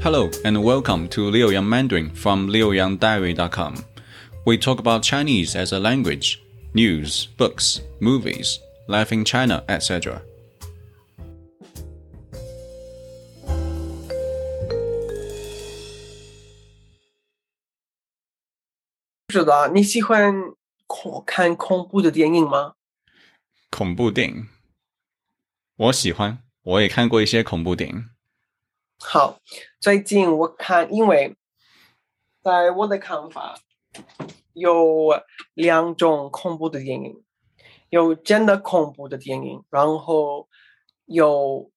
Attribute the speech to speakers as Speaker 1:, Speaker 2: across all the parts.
Speaker 1: Hello and welcome to Liaoyang Mandarin from liaoyangdiary.com. We talk about Chinese as a language, news, books, movies, life in China, etc.
Speaker 2: 不知道你喜欢恐看恐怖的电影吗？
Speaker 1: 恐怖电影，我喜欢，我也看过一些恐怖电影。
Speaker 2: 好，最近我看，因为在我的看法，有两种恐怖的电影，有真的恐怖的电影，然后有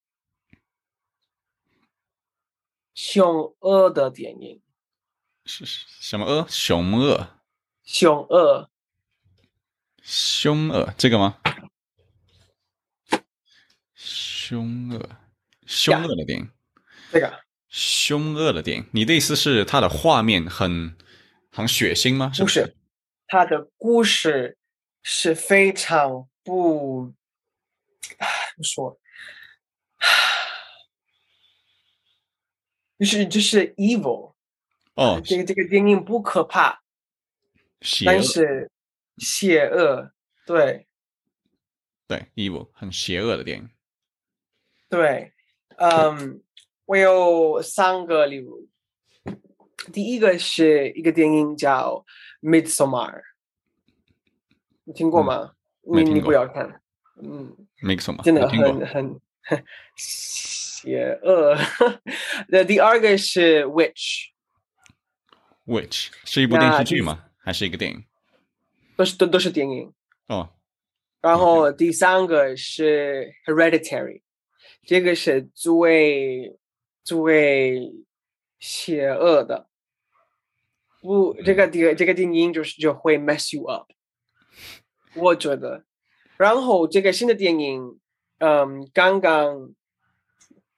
Speaker 2: 凶恶的电影，
Speaker 1: 是是什么恶？熊恶、
Speaker 2: 凶恶
Speaker 1: 凶恶，这个吗？凶恶，凶恶的电影，
Speaker 2: 这个
Speaker 1: 凶恶的电影。你的意思是它的画面很很血腥吗？是
Speaker 2: 不是，它的故事是非常不，唉怎么说？就是就是 evil，
Speaker 1: 哦，
Speaker 2: 这个这个电影不可怕，
Speaker 1: 邪恶
Speaker 2: 但，是邪恶，对
Speaker 1: 对，evil，很邪恶的电影。
Speaker 2: 对，嗯，我有三个例如，第一个是一个电影叫《Midsummer》，你听过
Speaker 1: 嗯
Speaker 2: 吗？
Speaker 1: 没
Speaker 2: 你
Speaker 1: 听
Speaker 2: 你
Speaker 1: 过
Speaker 2: 不要看，嗯。
Speaker 1: 没什么，
Speaker 2: 真的
Speaker 1: 我听过
Speaker 2: 很很 邪恶。那第二个是 Witch，
Speaker 1: ，Which 是一部
Speaker 2: 那
Speaker 1: 电视
Speaker 2: 第
Speaker 1: 剧
Speaker 2: 四
Speaker 1: 吗？还是一个电影？
Speaker 2: 都是都都是电影。
Speaker 1: 哦，
Speaker 2: 然
Speaker 1: OK
Speaker 2: 后第三个是 Hereditary，这个是最最邪恶的。不，这
Speaker 1: 嗯
Speaker 2: 个这个这个电影就是就会 mess you up，我觉得。然后这个新的电影，嗯，刚刚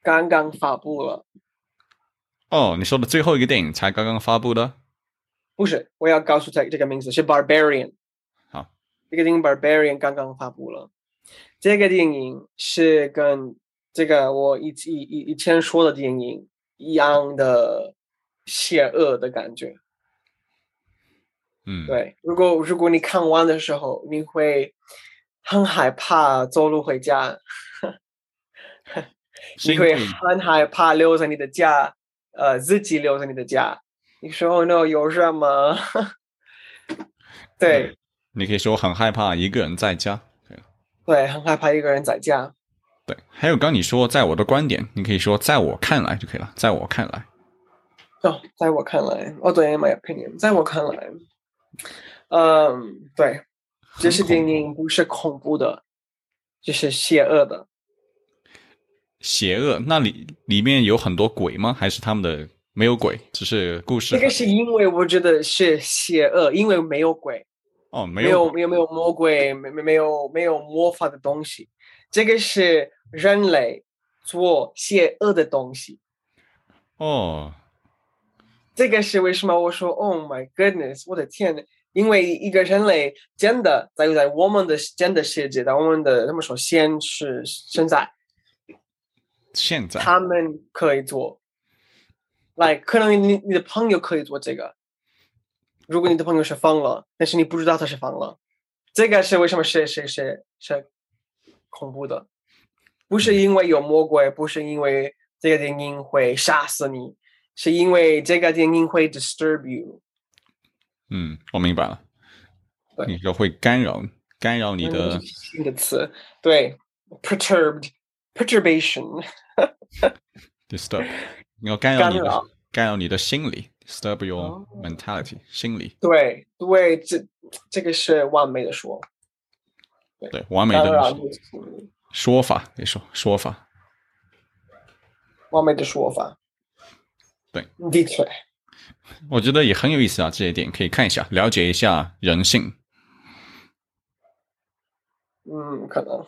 Speaker 2: 刚刚发布了，
Speaker 1: 哦，你说的最后一个电影才刚刚发布的？
Speaker 2: 不是，我要告诉他这个名字是 Barbarian。
Speaker 1: 好，
Speaker 2: 这个电影 Barbarian 刚刚发布了。这个电影是跟这个我以以以以前说的电影一样的邪恶的感觉。
Speaker 1: 嗯，，
Speaker 2: 对，如果如果你看完的时候，你会很害怕走路回家，
Speaker 1: 是
Speaker 2: 你
Speaker 1: 因为
Speaker 2: 会很害怕留在你的家，呃，自己留在你的家。你说 “Oh no，有什么？” 对。
Speaker 1: 你可以说很害怕一个人在家。对
Speaker 2: 对，很害怕一个人在家。
Speaker 1: 对，还有刚你说在我的观点，你可以说在我看来就可以了，在我看来。
Speaker 2: 哦，在我看来，哦，对，in my opinion，在我看来，嗯，对，这是
Speaker 1: 很恐
Speaker 2: 电影不是恐怖的，这是邪恶的。
Speaker 1: 邪恶，那里里面有很多鬼吗？还是他们的没有鬼，只是故事
Speaker 2: 这
Speaker 1: 很？
Speaker 2: 个是因为我觉得是邪恶，因为没有鬼，
Speaker 1: 哦，没
Speaker 2: 没有
Speaker 1: 有
Speaker 2: 没有没有魔鬼，没没没有没有魔法的东西，这个是人类做邪恶的东西。
Speaker 1: 哦，
Speaker 2: 这个是为什么我说 “Oh my goodness”，我的天呐！因为一个人类真的在在我们的真的世界，在我们的他们说现实现在，
Speaker 1: 现在
Speaker 2: 他们可以做，来、可能你你的朋友可以做这个，如果你的朋友是疯了，但是你不知道他是疯了，这个是为什么是是是是恐怖的，不是因为有魔鬼，不是因为这个电影会杀死你，是因为这个电影会 disturb you。
Speaker 1: 嗯，我明白了。
Speaker 2: 对
Speaker 1: 你说会干扰干扰你的
Speaker 2: 嗯新的词，对，perturbed perturbation
Speaker 1: disturb，你要干扰
Speaker 2: 干
Speaker 1: 你的
Speaker 2: 扰，
Speaker 1: 干扰你的心理，disturb your
Speaker 2: 哦
Speaker 1: mentality，心理
Speaker 2: 对对，这这个是完美的说，
Speaker 1: 对完美
Speaker 2: 干扰
Speaker 1: 的
Speaker 2: 你的心理
Speaker 1: 说法，你说说法
Speaker 2: 完美的说法，
Speaker 1: 对，
Speaker 2: 的确，
Speaker 1: 我觉得也很有意思啊，这一点可以看一下，了解一下人性。
Speaker 2: 嗯，可能，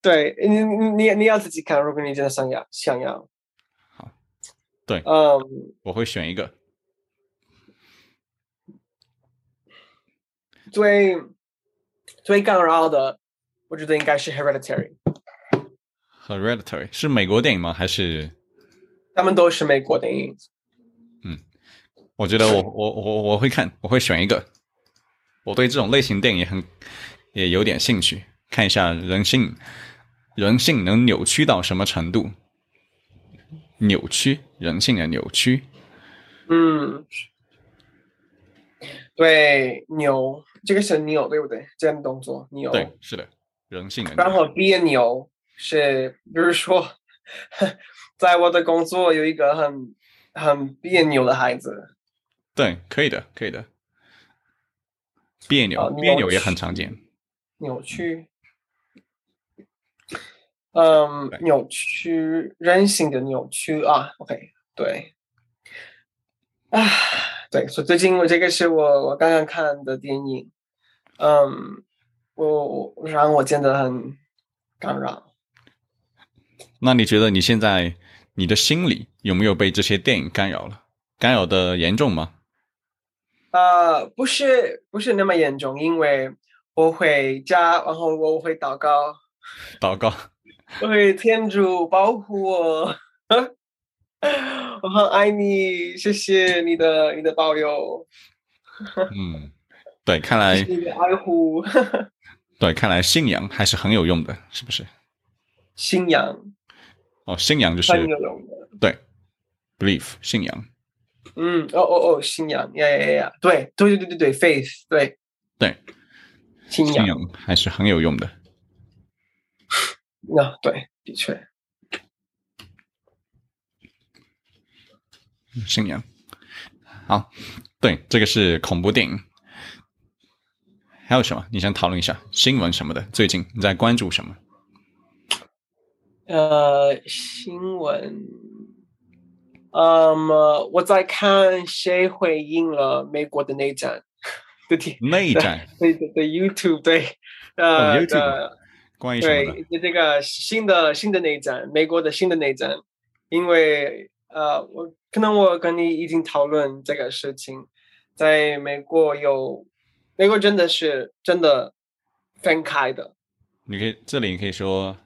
Speaker 2: 对你你你要自己看，如果你真的想要想要，
Speaker 1: 好，对
Speaker 2: 嗯，
Speaker 1: 我会选一个，
Speaker 2: 最最干扰的，我觉得应该是 hereditary，
Speaker 1: 《Hereditary》是美国电影吗？还是
Speaker 2: 他们都是美国电影。
Speaker 1: 我觉得我我我我会看，我会选一个。我对这种类型电影也很也有点兴趣，看一下人性人性能扭曲到什么程度，扭曲人性的扭曲。
Speaker 2: 嗯，对，扭，这个是扭，对不对？这样的动作扭。
Speaker 1: 对，是的，人性的
Speaker 2: 哦然
Speaker 1: 扭曲。
Speaker 2: 后别扭是，比如说， 在我的工作有一个很很别扭的孩子，
Speaker 1: 对，可以的，可以的。别扭
Speaker 2: 好，扭
Speaker 1: 别扭也
Speaker 2: 曲
Speaker 1: 很常见。
Speaker 2: 扭曲，嗯
Speaker 1: 对，
Speaker 2: 扭曲，人性的扭曲啊，OK，对，啊，对，所以最近我这个是我我刚刚看的电影，嗯，我我让我真的很感染。
Speaker 1: 那你觉得你现在你的心理有没有被这些电影干扰了？干扰的严重吗？
Speaker 2: 呃，不是不是那么严重，因为我回家，然后我会祷告，
Speaker 1: 祷告，
Speaker 2: 我会天主保护我， 我很爱你，谢谢你的你的保佑，
Speaker 1: 嗯，对，看
Speaker 2: 谢
Speaker 1: 来
Speaker 2: 谢你的爱护，
Speaker 1: 对，看来信仰还是很有用的，是不是？
Speaker 2: 信仰
Speaker 1: 哦，信仰就是
Speaker 2: 很有用的。
Speaker 1: belief，信仰。
Speaker 2: 嗯，哦哦哦，信仰，呀呀呀，对对对对对对，faith，对
Speaker 1: 对，
Speaker 2: 信
Speaker 1: 信
Speaker 2: 仰，
Speaker 1: 仰还是很有用的。
Speaker 2: 那啊对，的确，
Speaker 1: 信仰。好，对，这个是恐怖电影。还有什么？你想讨论一下新闻什么的？最近你在关注什 么？
Speaker 2: 呃，新闻，嗯，我在看谁回应了美国的内战 的电，
Speaker 1: 内战
Speaker 2: 对对对，YouTube 对，
Speaker 1: 哦
Speaker 2: 呃、
Speaker 1: ，YouTube
Speaker 2: 的
Speaker 1: 关于什么的？
Speaker 2: 对这个新的新的内战，美国的新的内战，因为呃，我可能我跟你已经讨论这个事情，在美国有，美国真的是真的分开的，
Speaker 1: 你可以这里你可以说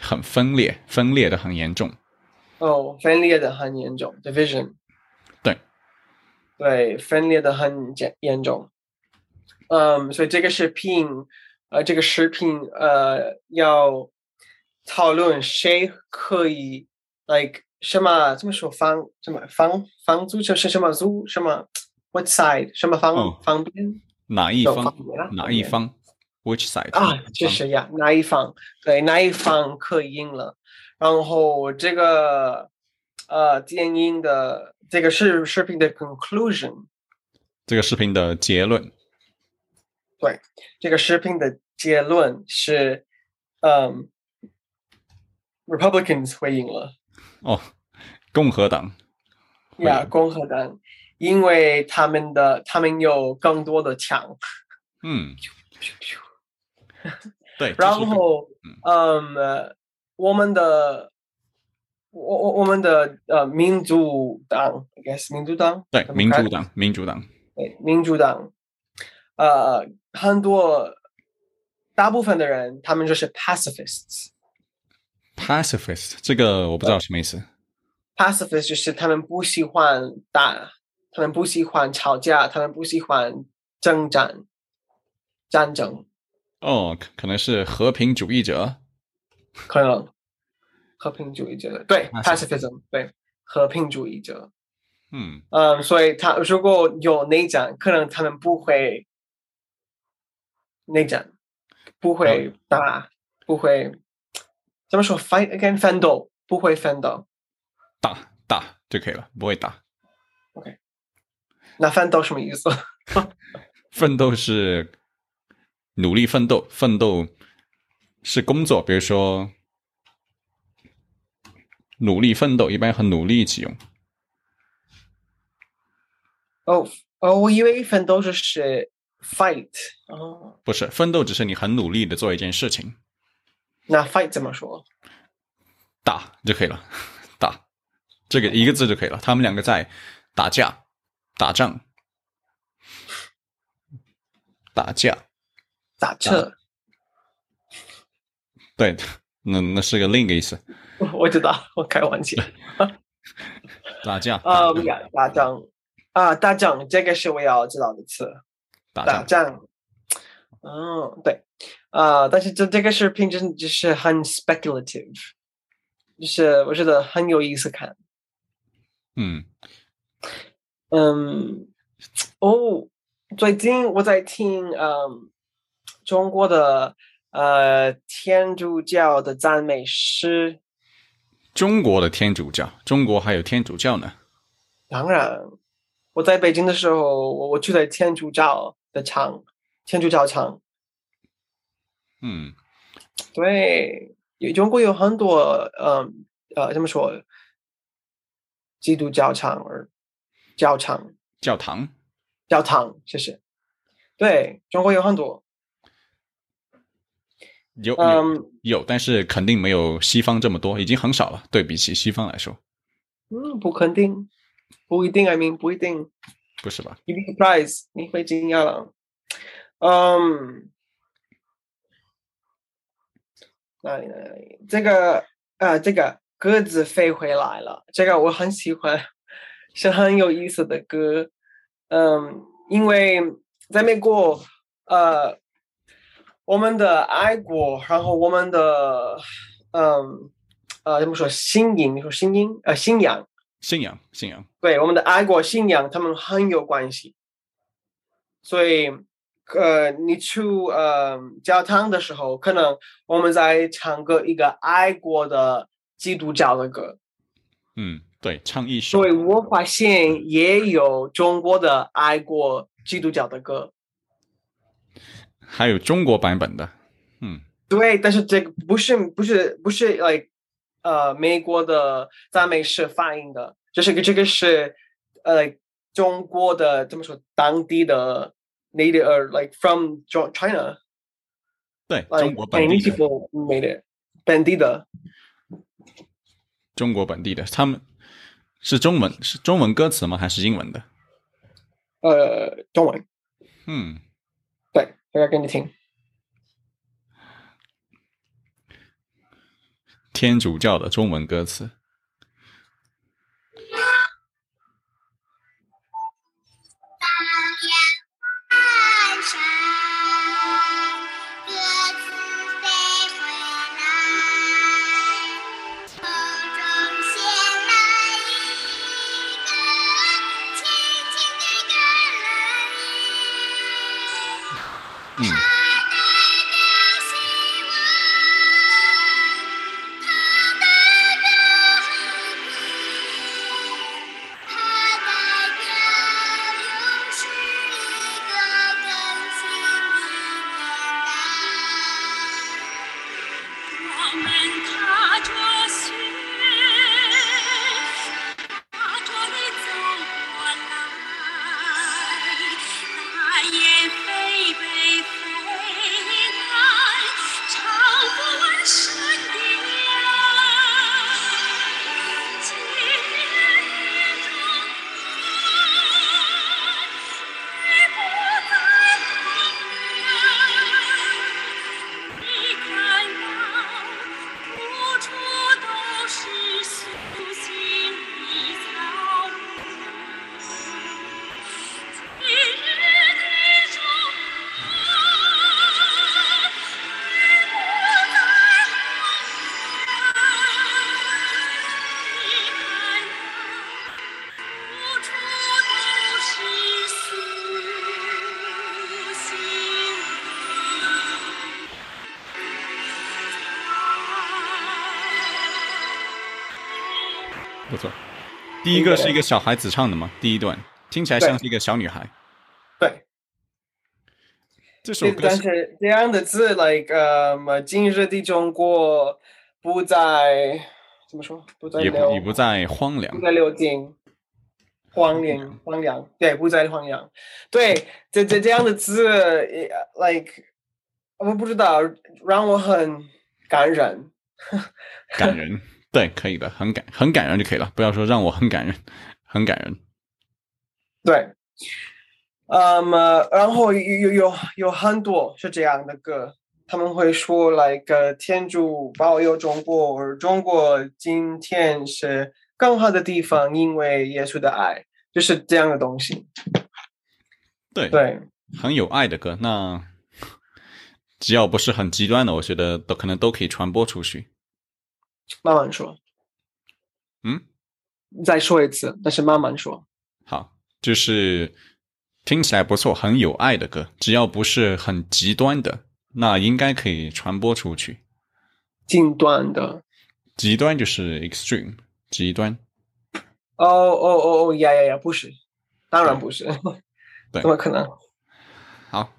Speaker 1: 很分裂，分裂的很严重。
Speaker 2: 哦，分裂的很严重，division。
Speaker 1: 对。
Speaker 2: 对，分裂的很严严重。嗯，所以这个视频，呃，这个视频，呃，要讨论谁可以，like 什么怎么说防什么防防租就是什么租什么 what side 什么方、
Speaker 1: 哦
Speaker 2: 方边
Speaker 1: 哪一
Speaker 2: 有
Speaker 1: 方
Speaker 2: 方？言啊
Speaker 1: 哪
Speaker 2: 方
Speaker 1: 一
Speaker 2: 言
Speaker 1: 方？Which side？
Speaker 2: 啊，
Speaker 1: 嗯
Speaker 2: 就是呀，那一方对那一方刻印了，然后这个呃电影的这个视视频的 conclusion，
Speaker 1: 这个视频的结论。
Speaker 2: 这个视频的结论是，嗯，Republicans 会赢了，
Speaker 1: 哦，共和党会
Speaker 2: 呀，
Speaker 1: 赢
Speaker 2: 共和党，因为他们的他们有更多的枪，
Speaker 1: 嗯，对，这
Speaker 2: 然
Speaker 1: 是个
Speaker 2: 后，嗯，呃我们的，我我我们的呃民主党，I guess 民主党，
Speaker 1: 对民
Speaker 2: Democrat
Speaker 1: 主党，民主党，
Speaker 2: 对民主党，呃，很多大部分的人他们就是 pacifists。
Speaker 1: pacifist 这个我不知道什么意思。
Speaker 2: pacifist 就是他们不喜欢打，他们不喜欢吵架，他们不喜欢征战、战争，
Speaker 1: 哦，可可能是和平主义者。
Speaker 2: 可能和平主义者对
Speaker 1: Pacifist
Speaker 2: pacifism 对和平主义者，
Speaker 1: 嗯，
Speaker 2: 嗯，所以他如果有内战，可能他们不会内战，不会打，不会怎么说 fight again 奋斗，不会奋斗。
Speaker 1: 打打就可以了，不会打。
Speaker 2: 那奋斗什么意思？
Speaker 1: 奋斗是努力奋斗，奋斗是工作，比如说努力奋斗，一般和努力一起用。
Speaker 2: 哦哦，我以为奋斗就是 fight 哦。
Speaker 1: 不是奋斗，只是你很努力的做一件事情，
Speaker 2: 那 fight 怎么说？
Speaker 1: 打就可以了，打这个一个字就可以了。他们两个在打架、打仗、打架。
Speaker 2: 打车，
Speaker 1: 对，那那是个另一个意思。
Speaker 2: 我知道，我开玩笑。
Speaker 1: 打架
Speaker 2: 啊，
Speaker 1: 打
Speaker 2: 不要打仗啊，打仗这个是我要知道的词，
Speaker 1: 打
Speaker 2: 打
Speaker 1: 架，
Speaker 2: 仗。嗯，对，啊，但是这这个视频真就是很 speculative，就是我觉得很有意思看。
Speaker 1: 嗯
Speaker 2: 嗯，哦，最近我在听嗯中国的呃天主教的赞美诗，
Speaker 1: 中国的天主教，中国还有天主教呢。
Speaker 2: 当然我在北京的时候，我我去的天主教的场，天主教场，
Speaker 1: 嗯，
Speaker 2: 对，有中国有很多嗯呃怎么说，基督教场而教场
Speaker 1: 教堂，
Speaker 2: 教堂，谢谢，对中国有很多，
Speaker 1: 有有
Speaker 2: 嗯。
Speaker 1: 有，但是肯定没有西方这么多，已经很少了。对比起西方来说，
Speaker 2: 嗯，不肯定，不一定，I mean 不一定
Speaker 1: 不是吧？
Speaker 2: ，you'd be surprised，你会惊讶了。嗯，哪里哪里？这个啊，这个鸽子飞回来了，这个我很喜欢，是很有意思的歌。嗯，因为在美国，呃，我们的爱国，然后我们的，嗯，呃，怎么说？新颖，你说新颖，呃，信仰。
Speaker 1: 信仰，信仰，
Speaker 2: 对我们的爱国信仰，他们很有关系。所以，呃，你去呃教堂的时候，可能我们在唱歌一个爱国的基督教的歌。
Speaker 1: 嗯，对，唱一首
Speaker 2: 所以，我发现也有中国的爱国基督教的歌。
Speaker 1: 还有中国版本的，嗯，
Speaker 2: 对，但是这个不是不是不是 like 呃美国的赞美诗翻译的，这是个这个是呃中国的怎么说当地的 native 呃 like from Jo- China
Speaker 1: 对，中
Speaker 2: like
Speaker 1: 国本地
Speaker 2: Chinese
Speaker 1: 的，
Speaker 2: people made it 本地的
Speaker 1: 中国本地的，他们是中文是中文歌词吗？还是英文的？
Speaker 2: 呃中文，
Speaker 1: 嗯，
Speaker 2: 对，大家给你听，
Speaker 1: 天主教的中文歌词，
Speaker 3: 半山，鸽子飞回来，空中衔来一个轻轻的橄榄叶。
Speaker 1: 嗯，
Speaker 3: 它代表希望，它代表和平，它代表又是一个更新的年代。我们踏着雪，踏着你走过来，大雁飞飞飞来，唱不完山的爱，今夜中国。你不再狂热，你看到处处都是苏醒的草原。今日的中国，你不再狂热，你看到。无处都是苏醒的爱。
Speaker 1: 不错。第一个是一个小孩子唱的吗？第一段听起来像是一个小女孩。
Speaker 2: 对，
Speaker 1: 这首
Speaker 2: 这
Speaker 1: 歌
Speaker 2: 但
Speaker 1: 是
Speaker 2: 是这样的字 like 呃今日的中国不再怎么说不再
Speaker 1: 也不
Speaker 2: 流
Speaker 1: 也不再荒 凉
Speaker 2: 不。在六京，荒凉，荒凉，对，不在荒凉，对，这这这样的字也，like，我不知道，让我很感人。
Speaker 1: 感人，对，可以的，很感很感人就可以了，不要说让我很感人，很感人。
Speaker 2: 对，嗯、呃然后有有有有很多是这样的歌，他们会说 like 呃天主保佑中国，而中国今天是更好的地方，因为耶稣的爱，就是这样的东西。
Speaker 1: 对，
Speaker 2: 对，
Speaker 1: 很有爱的歌。那只要不是很极端的，我觉得都可能都可以传播出去。
Speaker 2: 慢慢说。
Speaker 1: 嗯，
Speaker 2: 再说一次，但是慢慢说。
Speaker 1: 好，就是听起来不错，很有爱的歌，只要不是很极端的，那应该可以传播出去。
Speaker 2: 近端的。
Speaker 1: 极端就是 extreme，极端。
Speaker 2: 哦哦哦哦，呀呀呀，不是，当然
Speaker 1: 对
Speaker 2: 不是，
Speaker 1: 对
Speaker 2: 怎么可能？
Speaker 1: 好，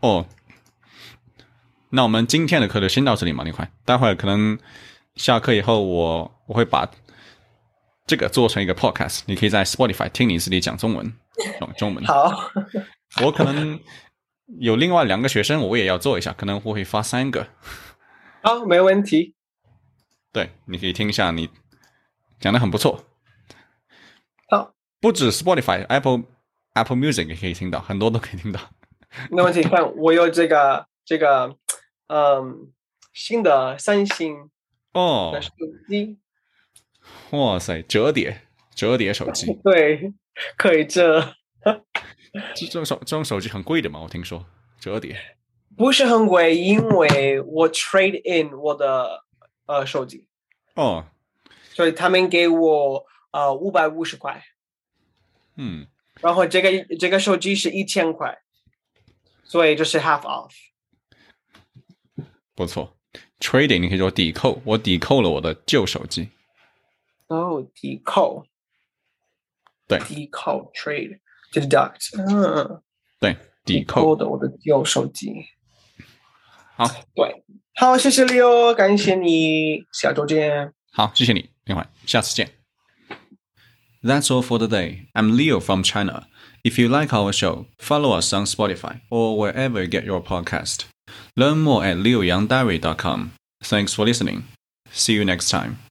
Speaker 1: 哦，那我们今天的课就先到这里嘛，李宽。待会儿可能下课以后我，我会把这个做成一个 podcast，你可以在 Spotify 听你自己讲中文，讲中文。
Speaker 2: 好，
Speaker 1: 我可能有另外两个学生，我也要做一下，可能我会发三个。
Speaker 2: 好，没问题。
Speaker 1: 对，你可以听一下，你讲的很不错。
Speaker 2: 好，
Speaker 1: 不止 Spotify、Apple、Apple Music 也可以听到，很多都可以听到。
Speaker 2: 没问题。看我有这个这个，嗯，新的三星
Speaker 1: 哦
Speaker 2: 的，手机，
Speaker 1: 哇塞，折叠折叠手机，
Speaker 2: 对，可以这
Speaker 1: 这这种手这种手机很贵的嘛，我听说折叠。
Speaker 2: 不是很贵，因为我 trade in 我的呃手机，
Speaker 1: 哦，
Speaker 2: 所以他们给我呃五百五十块，
Speaker 1: 嗯，
Speaker 2: 然后这个这个手机是一千块，所以就是 half off。
Speaker 1: 不错。Trading 你可以说抵扣，我抵扣了我的旧手机。
Speaker 2: 哦，抵扣，
Speaker 1: 对
Speaker 2: 抵扣 trade deduct，嗯，
Speaker 1: 对，抵
Speaker 2: 扣
Speaker 1: 扣。
Speaker 2: 的我的旧手机。
Speaker 1: 好，
Speaker 2: 对，好，谢谢 Leo，感谢你，下周见。
Speaker 1: 好，谢谢你，另外，下次见。That's all for today. I'm Leo from China. If you like our show, follow us on Spotify or wherever you get your podcast. Learn more at leoyangdiary.com. Thanks for listening. See you next time.